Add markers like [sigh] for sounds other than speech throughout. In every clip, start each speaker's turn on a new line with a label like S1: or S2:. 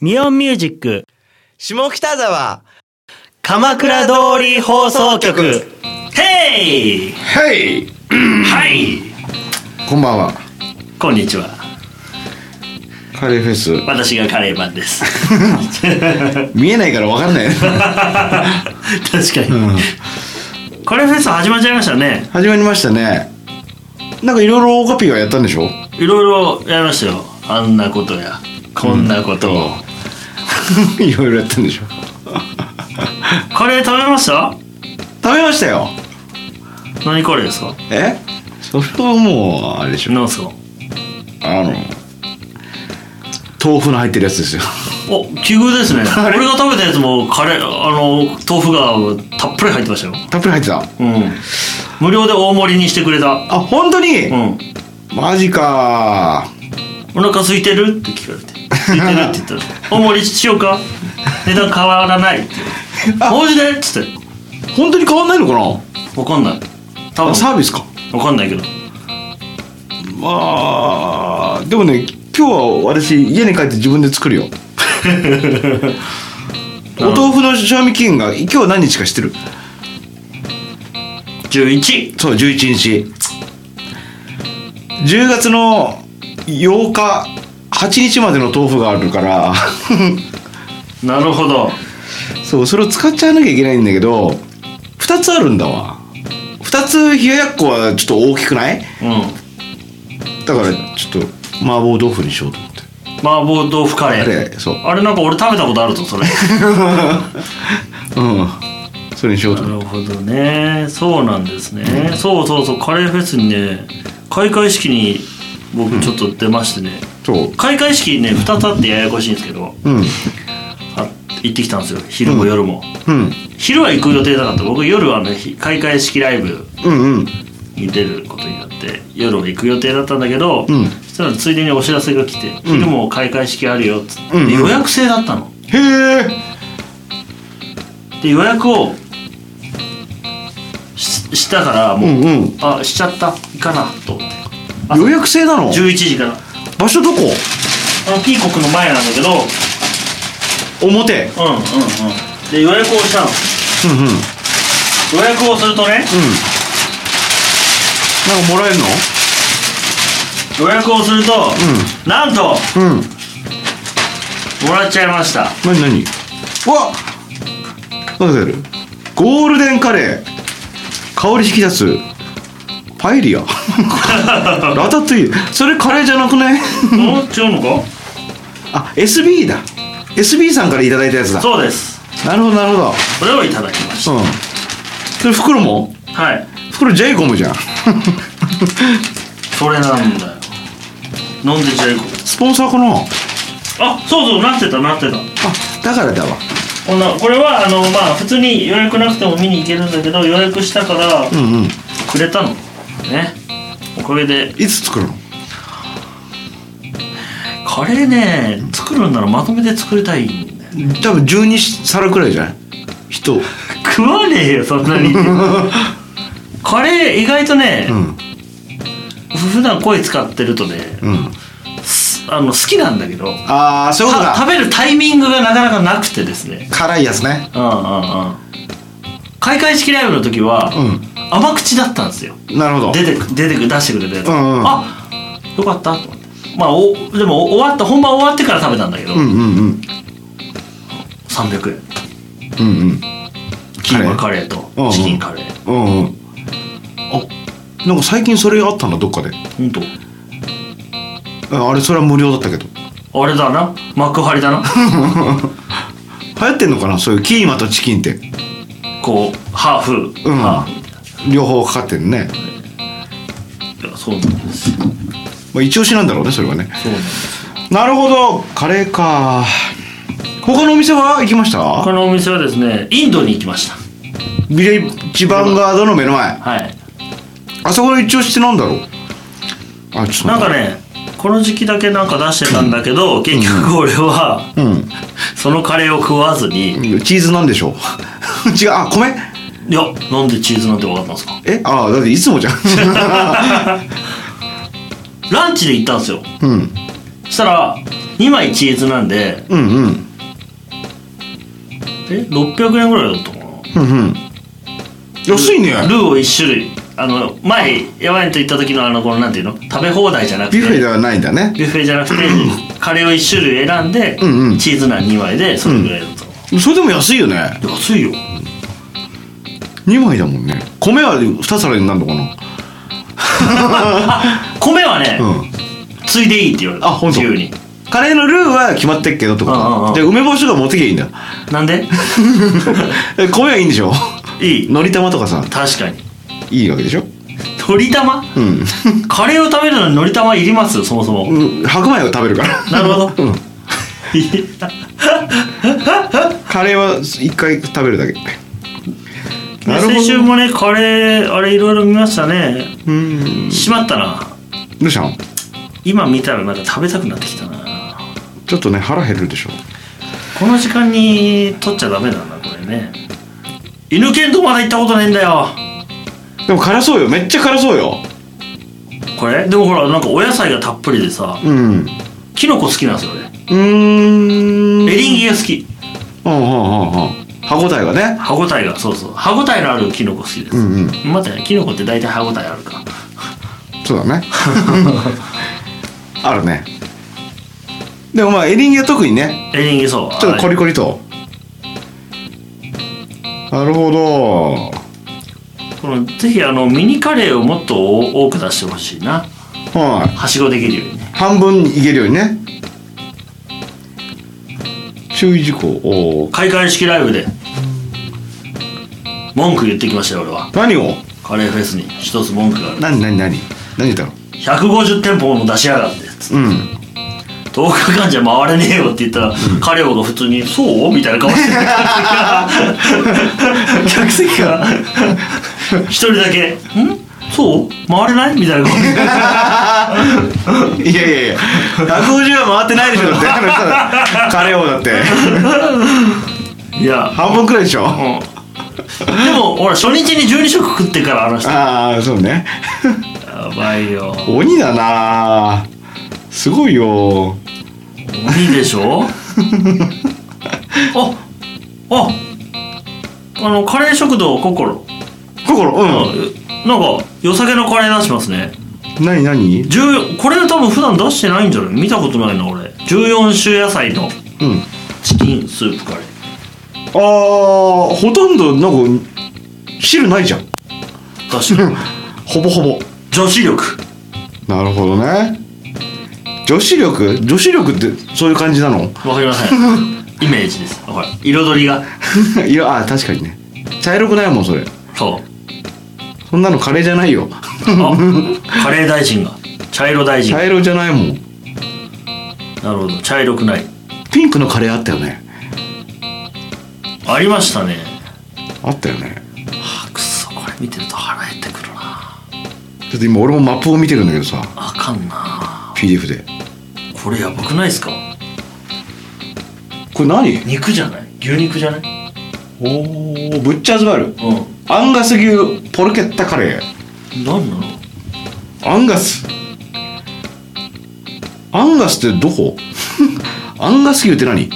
S1: ミオンミュージック
S2: 下北沢
S1: 鎌倉通り放送局ヘイ
S3: はい
S1: はい
S3: こんばんは
S1: こんにちは
S3: カレーフェス
S1: 私がカレーマンです
S3: 見えないからわか
S1: [laughs]
S3: んない
S1: 確かに、カレーフェス始まっちゃいましたね
S3: 始まりましたねなんかいろいろオーカピーはやったんでしょ
S1: いろいろやりましたよあんなことやこんなことを、
S3: [laughs] いろいろやったんでしょ
S1: カレー食べました
S3: 食べましたよ
S1: 何カレーですか
S3: えそれはもうあれでしょ
S1: 何ですか
S3: あの豆腐の入ってるやつですよ [laughs]
S1: お奇遇ですね
S3: カレー
S1: 俺が食べたやつもカレーあの豆腐がたっぷり入ってましたよ
S3: たっぷり入ってた
S1: うん無料で大盛りにしてくれた
S3: あ本当に、
S1: うん
S3: マジか
S1: お腹空いてるって聞かれて「空いてる」って言ったら「大盛りしようか値段変わらない」って「
S3: あ
S1: マジで?」っつって
S3: 本当に変わんないのかな
S1: 「分かんない多
S3: あ
S1: 分
S3: サービスか
S1: 分かんないけど
S3: まあでもね今日は私家に帰って自分で作るよお豆腐の賞味期限が今日何日か知ってる
S1: 11
S3: そう11日10月の8日8日までの豆腐があるから [laughs]
S1: なるほど
S3: そうそれを使っちゃわなきゃいけないんだけど2つあるんだわ2つ冷ややっこはちょっと大きくない
S1: うん
S3: だからちょっと麻婆豆腐にしようと思って
S1: 麻婆豆腐カレー
S3: あれそう
S1: あれなんか俺食べたことあるぞそれ
S3: うんそれにしようと
S1: な
S3: 思って
S1: るほどねそうなんですね、そうそうそうカレーフェスにね開会式に僕ちょっと出ましてね、
S3: そう
S1: 開会式ね2つあってややこしいんですけど
S3: うん
S1: あ行ってきたんですよ昼も夜も、
S3: うん
S1: 昼は行く予定なかった僕夜はあのひ開会式ライブ
S3: うんうん
S1: に出ることになって夜は行く予定だったんだけど、
S3: うん
S1: そしたらついでにお知らせが来て「昼も開会式あるよ」っつって、
S3: うんうん
S1: で予約制だったの
S3: へえ
S1: で予約をししたからもう、
S3: うんうん
S1: あしちゃったいいかなと思って
S3: 予約制なの
S1: 11時から
S3: 場所どこ
S1: あのピーコックの前なんだけどうんうん
S3: 表
S1: うんで予約をしたの
S3: うんうんうん
S1: 予約をするとね
S3: なんかもらえる
S1: 予約をすると、なんと
S3: のうん
S1: もらっちゃいました
S3: 何何うわ何だよゴールデンカレー香り引き出すパエリ [laughs] アラタトゥイユそれカレーじゃなく [laughs] ね
S1: うん違うのか
S3: あ SB だ SB さんからいただいたやつだ
S1: そうです
S3: なるほどなるほどうん
S1: これをいただきまし
S3: それ袋も
S1: たはい
S3: 袋ジェイコムじゃん
S1: それなんだよ飲んでジェイコ
S3: スポンサーかなあ
S1: あそうそうなってたなってた
S3: だからだわ
S1: こんなこれはあのまあ普通に予約なくても見に行けるんだけど予約したから
S3: うんうん
S1: くれたのねおかげで
S3: いつ作るの
S1: カレーね作るんならまとめて作りたいんだよ
S3: 多分12皿くらいじゃない人
S1: [laughs] 食わねえよそんなに [laughs] カレー意外とね、
S3: ん
S1: 普段声使ってるとね
S3: うん
S1: あの好きなんだけど
S3: ああそういうこと
S1: た食
S3: か
S1: べるタイミングがなかなかなくてですね
S3: 辛いやつね
S1: うんうんうん開会式ライブの時は、
S3: うん
S1: 甘口だったんですよ
S3: なるほど
S1: 出てく出てく出してくれたやつ、
S3: うんうん
S1: あよかったと思ってまあおでもお終わった本番終わってから食べたんだけど、
S3: うんうんうん
S1: 300円
S3: うんうん
S1: キーマカレーとチキンカレー、
S3: うんうんあなんか最近それあったなどっかで
S1: 本当
S3: ああれそれは無料だったけど
S1: あれだな幕張だな
S3: 流行ってんのかなそういうキーマとチキンって
S1: こうハーフ、
S3: うん
S1: ハーフみたい
S3: 両方かかってんね、
S1: ないやそうなんですよ
S3: まあ、一押しなんだろうねそれはね
S1: そうなんです
S3: なるほどカレーか他のお店は行きました
S1: このお店はですねインドに行きました
S3: ビレッジヴァンガードの目の前
S1: はい
S3: あそこの一押しってなんだろうあちょっと
S1: なん
S3: 待っ
S1: かねこの時期だけなんか出してたんだけど結局俺は、
S3: て
S1: そのカレーを食わずに
S3: うんチーズなんでしょう [laughs] 違うあ米
S1: いやなんでチーズなんて分かったんですか
S3: えあだっていつもじゃん
S1: ランチで行ったんですよ
S3: [laughs] うん
S1: そしたら2枚チーズなんで
S3: うんうん
S1: え600円ぐらいだったかな
S3: うんうん安いね
S1: ルーを1種類あの前ヤバいと行った時のあのこのなんていうの食べ放題じゃなくて
S3: ビュッフェではないんだね
S1: ビュッフェじゃなくてカレーを1種類選んで、
S3: うんうん
S1: チーズナン2枚でそれぐらいだと、
S3: それでも安いよね
S1: 安いよ
S3: 2枚だもんね米は2皿になるのかな
S1: 米はね、
S3: うん
S1: ついでいいって言われた
S3: あ本
S1: 自
S3: 当
S1: 由に
S3: カレーのルーは決まってっけどってこ
S1: うんうんう
S3: と
S1: ん
S3: で梅干しとか持ってきゃいいんだ
S1: なん
S3: [laughs]
S1: で
S3: え米はいいんでしょ
S1: いい
S3: のり玉とかさ
S1: 確かに
S3: いいわけでしょ
S1: 鶏玉
S3: うん
S1: カレーを食べるのに鶏玉いりますそもそも、
S3: うん白米を食べる [laughs] から
S1: なるほど、
S3: うん
S1: いや
S3: カレーは一回食べるだけなるほど
S1: 先週もねカレーあれいろいろ見ましたね
S3: うん
S1: しまったな
S3: どうしたの
S1: 今見たらなんか食べたくなってきたな
S3: ちょっとね腹減るでしょ
S1: この時間に取っちゃダメだなこれね犬犬とまだ行ったことないんだよ
S3: でも辛そうよめっちゃ辛そうよ
S1: これでもほらなんかお野菜がたっぷりでさ
S3: うんう
S1: キノコ好きなんですよね
S3: ーん
S1: エリンギが好き
S3: うんうんうんうん歯応えがね
S1: 歯ごたえがそうそう歯ごたえのあるキノコ好きです、
S3: うんうん
S1: 待ってねキノコって大体歯ごたえあるか
S3: そう [laughs] だねあるねでもまあエリンギは特にね
S1: エリンギそう
S3: ちょっとコリ
S1: あ
S3: コリとなるほど
S1: れこのぜひあのミニカレーをもっと多多く出してほしいな
S3: は
S1: はしごできるようにね
S3: い半分いけるようにね注意事項おー
S1: 開会式ライブで文句言ってきましたよ俺は
S3: 何を
S1: カレーフェスに一つ文句がある
S3: 何何何何だろ
S1: 150店舗も出しやがって
S3: ううん
S1: 10日間じゃ回れねえよって言ったら、彼をが普通に「そう?」みたいな顔して客席が一人だけ「んそう回れない?」みたいな顔して
S3: いやいやいや150は回ってないでしょだってカレー王だって [laughs]
S1: いや、
S3: 半分くらいでしょ
S1: うん、でもほら初日に12食食ってからあの人や
S3: ああそうね
S1: ばいよ
S3: 鬼だなすごいよ
S1: 鬼でし [laughs] ょあああのカレー食堂心、
S3: 心う
S1: うんん、なんか良さげなカレー出してますね
S3: 何何
S1: 14これ多分普段出してないんじゃない見たことないな俺14種野菜の
S3: うん
S1: チキンスープカレー
S3: あーほとんどなんか汁ないじゃん
S1: 出して [laughs] る
S3: ほぼほぼ
S1: 女子力
S3: なるほどね女子力女子力ってそういう感じなの [laughs]
S1: わかりません [laughs] イメージですほら彩りが
S3: いやあー確かにね茶色くないもんそれ
S1: そう
S3: そんなのカレーじゃないよ
S1: あカレー大臣が茶色大臣
S3: 茶色じゃないもん
S1: なるほど茶色くない
S3: ピンクのカレーあったよね
S1: ありましたね
S3: あったよね
S1: あくそこれ見てると腹減ってくるな
S3: ちょっと今俺もマップを見てるんだけどさ
S1: あかんな
S3: PDF で
S1: これやばくないですか
S3: これ何
S1: 肉じゃない牛肉じゃない
S3: おおブッチャーズバル
S1: うん
S3: アンガス牛ポルケッタカレー
S1: 何なの
S3: アンガスアンガスってどこ [laughs] アンガス牛って何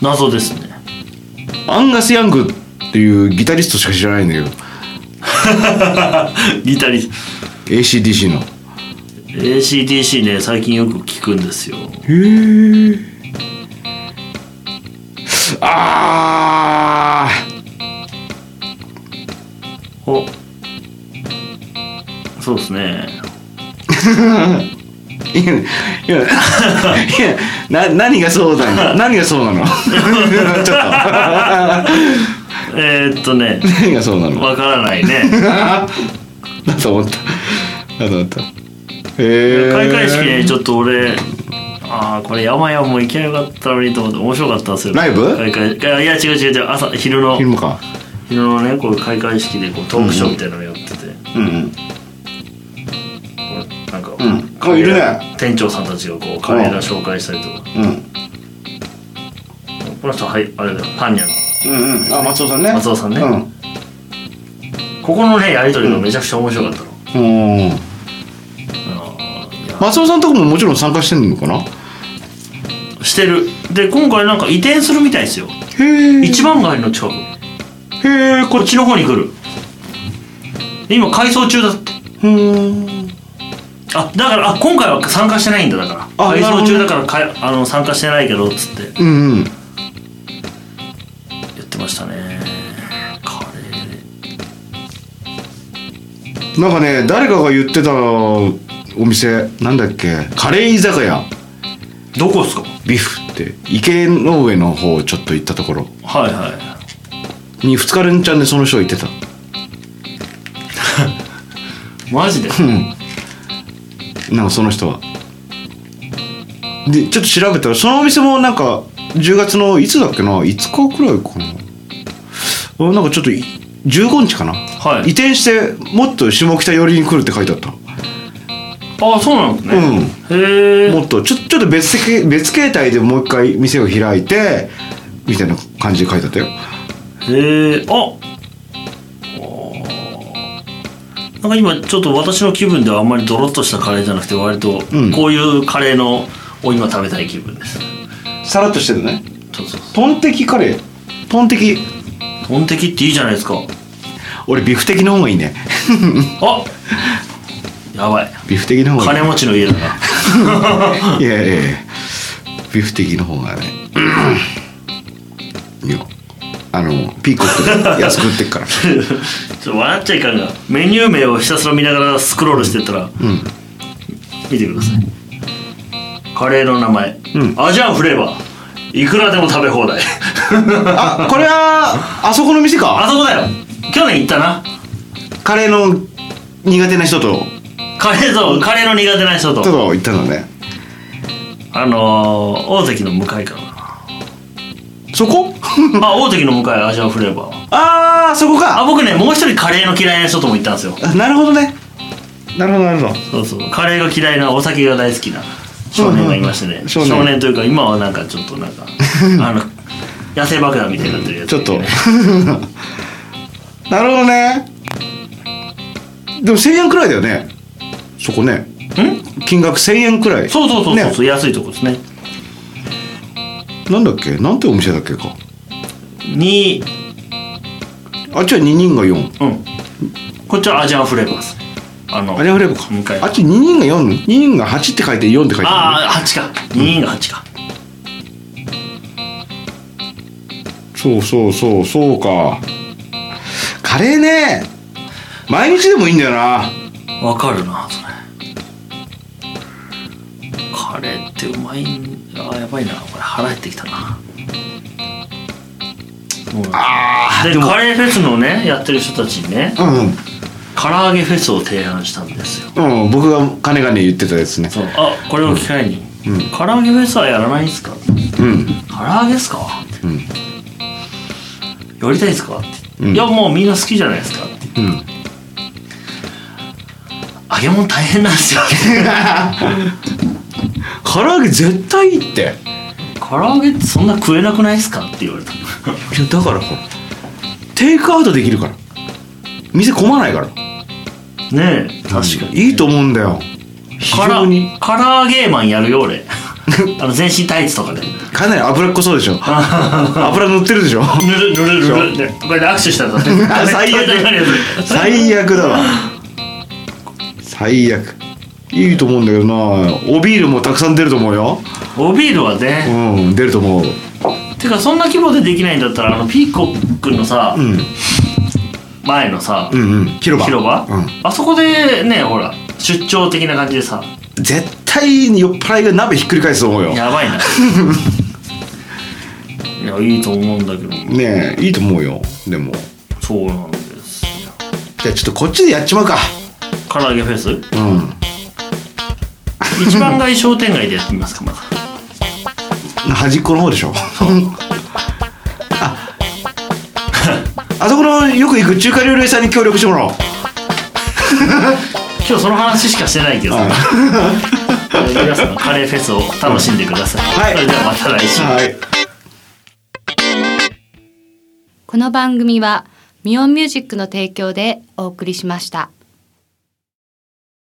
S1: 謎ですね
S3: アンガス・ヤングっていうギタリストしか知らないんだけど
S1: [laughs] ギタリス
S3: ACDC の
S1: ACDC ね最近よく聞くんですよ
S3: へえあ
S1: おそうですね
S3: ーいやいやいやな [laughs] 何がそうだ何がそうなの [laughs] ちょっと
S1: えー、っとね
S3: 何がそうなの
S1: わからないね
S3: だと思った。だと思った。へえ。
S1: 開会式ねちょっと俺ああこれ山々も行きゃよかったのにと思って面白かったんですよ
S3: ライブ
S1: 開会いやいや違う違う違う朝昼の
S3: 昼間か。
S1: 昼のねこう開会式でこうトークショーみたいなのやってて、
S3: うん
S1: なんか、
S3: ん
S1: カレー
S3: あいるね
S1: 店長さんたちがこうカレーが紹介したりとか、
S3: うん。うん。
S1: この人はいあれだよパンニャの
S3: うんうん。あ、松尾さんね。
S1: 松尾さんね
S3: うん。
S1: ここのねやり取りがめちゃくちゃ面白かったの、
S3: うん。
S1: あのいや
S3: 松尾さんとこももちろん参加してんのかな。
S1: してるで今回なんか移転するみたいですよ
S3: へえ
S1: 一番街の近く
S3: へえ
S1: こ
S3: こ
S1: っちの方に来る今改装中だ
S3: うーん
S1: あだからあ今回は参加してないんだだから
S3: あ
S1: 改装中だ
S3: なる
S1: からかあの参加してないけどっつって
S3: うんうん
S1: 言ってましたねカレー
S3: なんかね誰かが言ってたお店なんだっけカレー居酒屋
S1: どこっすか
S3: ビフって池の上の方ちょっと行ったところ
S1: はいは
S3: に2日連チャンでその人行ってた
S1: いマジで
S3: うんなんかその人はでちょっと調べたらそのお店もなんか10月のいつだっけな5日くらいかなあなんかちょっとい15日かな、
S1: はい
S3: 移転してもっと下北寄りに来るって書いてあった
S1: あそうなんですね、へえ
S3: もっとちょちょっと別形別形態でもう一回店を開いてみたいな感じで書いてあったよ
S1: へえあおーなんか今ちょっと私の気分ではあんまりドロッとしたカレーじゃなくて割と
S3: うん
S1: こういうカレーのを今食べたい気分です、
S3: さらっとしてるね
S1: そうそうそ
S3: トンテキカレートンテキ
S1: うトンテキっていいじゃないですか
S3: 俺ビフテキの方がいいね
S1: あやばい
S3: ビフテキの方がい
S1: 金
S3: い
S1: 持ちの家だな
S3: いやいやいやビフテキの方がねいやあのピーコック安く売ってっから [laughs]
S1: ちょっと笑っちゃいかんがメニュー名をひたすら見ながらスクロールしてったら、
S3: ん
S1: 見てくださいカレーの名前、
S3: うん
S1: アジアンフレーバーいくらでも食べ放題 [laughs]
S3: あこれはあそこの店か
S1: あそこだよ去年行ったな
S3: カレーの苦手な人と
S1: カレーそうカレーの苦手な人
S3: ちょっ
S1: と
S3: と行ったのね
S1: あのー、大関の向かいかな
S3: そこ [laughs]
S1: あ大関の向かいアジアンフレーバーは
S3: ああそこか
S1: あ僕ねもう一人カレーの嫌いな人とも行ったんですよ
S3: あなるほどねなるほどなるほど
S1: そうそうカレーが嫌いなお酒が大好きな少年がいましてね、
S3: うんうん
S1: 少
S3: 少
S1: 年
S3: 年
S1: というか今はなんかちょっと
S3: [laughs]
S1: なんかあの野生爆弾みたいになってるやつ
S3: ちょっと [laughs] なるほどねでも1000円くらいだよねそこね
S1: ん
S3: 金額1000円くらい
S1: そうそうそうそうそう、安いとこですね
S3: なんだっけなんてお店だっけか
S1: に
S3: あっちは2人が4
S1: うんこっちはアジアンフレーバーですあの
S3: あれはフレーブか
S1: 向かい
S3: あっち2人が42人が8って書いて4って書いてある
S1: ああ8か2人が8か、
S3: そうそうそうそうかカレーね毎日でもいいんだよな
S1: わかるなそれカレーってうまいんあーやばいなこれ腹減ってきたなもう
S3: あー
S1: で
S3: でも
S1: カレーフェスのねやってる人たちにね唐揚げフェスを提案したんですよ
S3: うん、うん、僕が金がね言ってたやつね
S1: そうあこれを機会に、
S3: うん
S1: 唐揚げフェスはやらないんすか
S3: うん
S1: 唐揚げっすかって、
S3: うん
S1: やりたいっすかって、
S3: うん
S1: いやもうみんな好きじゃないですかって
S3: うん
S1: 揚げ物大変なんですよ [laughs]
S3: 唐揚げ絶対いいって
S1: 唐揚げってそんな食えなくないっすかって言われた
S3: いやだからほらテイクアウトできるから店混まないから
S1: ねえ確かに、
S3: いいと思うんだよ非
S1: から
S3: 常に
S1: 唐揚げマンやるよ
S3: [laughs]
S1: 俺あの全身タイツとかで
S3: かなり脂っこそうで
S1: [laughs]
S3: しょ油塗ってるでしょ
S1: ぬるぬるぬるってこれで握手したら
S3: [laughs] 最悪
S1: 悪
S3: 最悪だわ最悪いいと思うんだけどなおビールもたくさん出ると思うよ
S1: おビールはね、
S3: うん出ると思う
S1: てかそんな規模でできないんだったらあのピーコックのさ、
S3: うん
S1: 前のさ、
S3: うんうん広場
S1: 広場、
S3: うん、
S1: あそこでねほら出張的な感じでさ
S3: 絶対に酔っ払いが鍋ひっくり返すと思うよ
S1: やばい
S3: [laughs]
S1: ないやいいと思うんだけど
S3: ねえいいと思うよでも
S1: そうなんですよ
S3: じゃあちょっとこっちでやっちまうか
S1: 唐揚げフェス
S3: うん
S1: 一番街商店街でやってみますかまず
S3: 端っこの方でしょああそこのよく行く中華料理屋さんに協力してもらおう
S1: 今日その話しかしてないけどさ、えー皆さんカレーフェスを楽しんでください、
S3: はい
S1: それではまた来週、
S3: はい
S4: この番組はミオンミュージックの提供でお送りしました。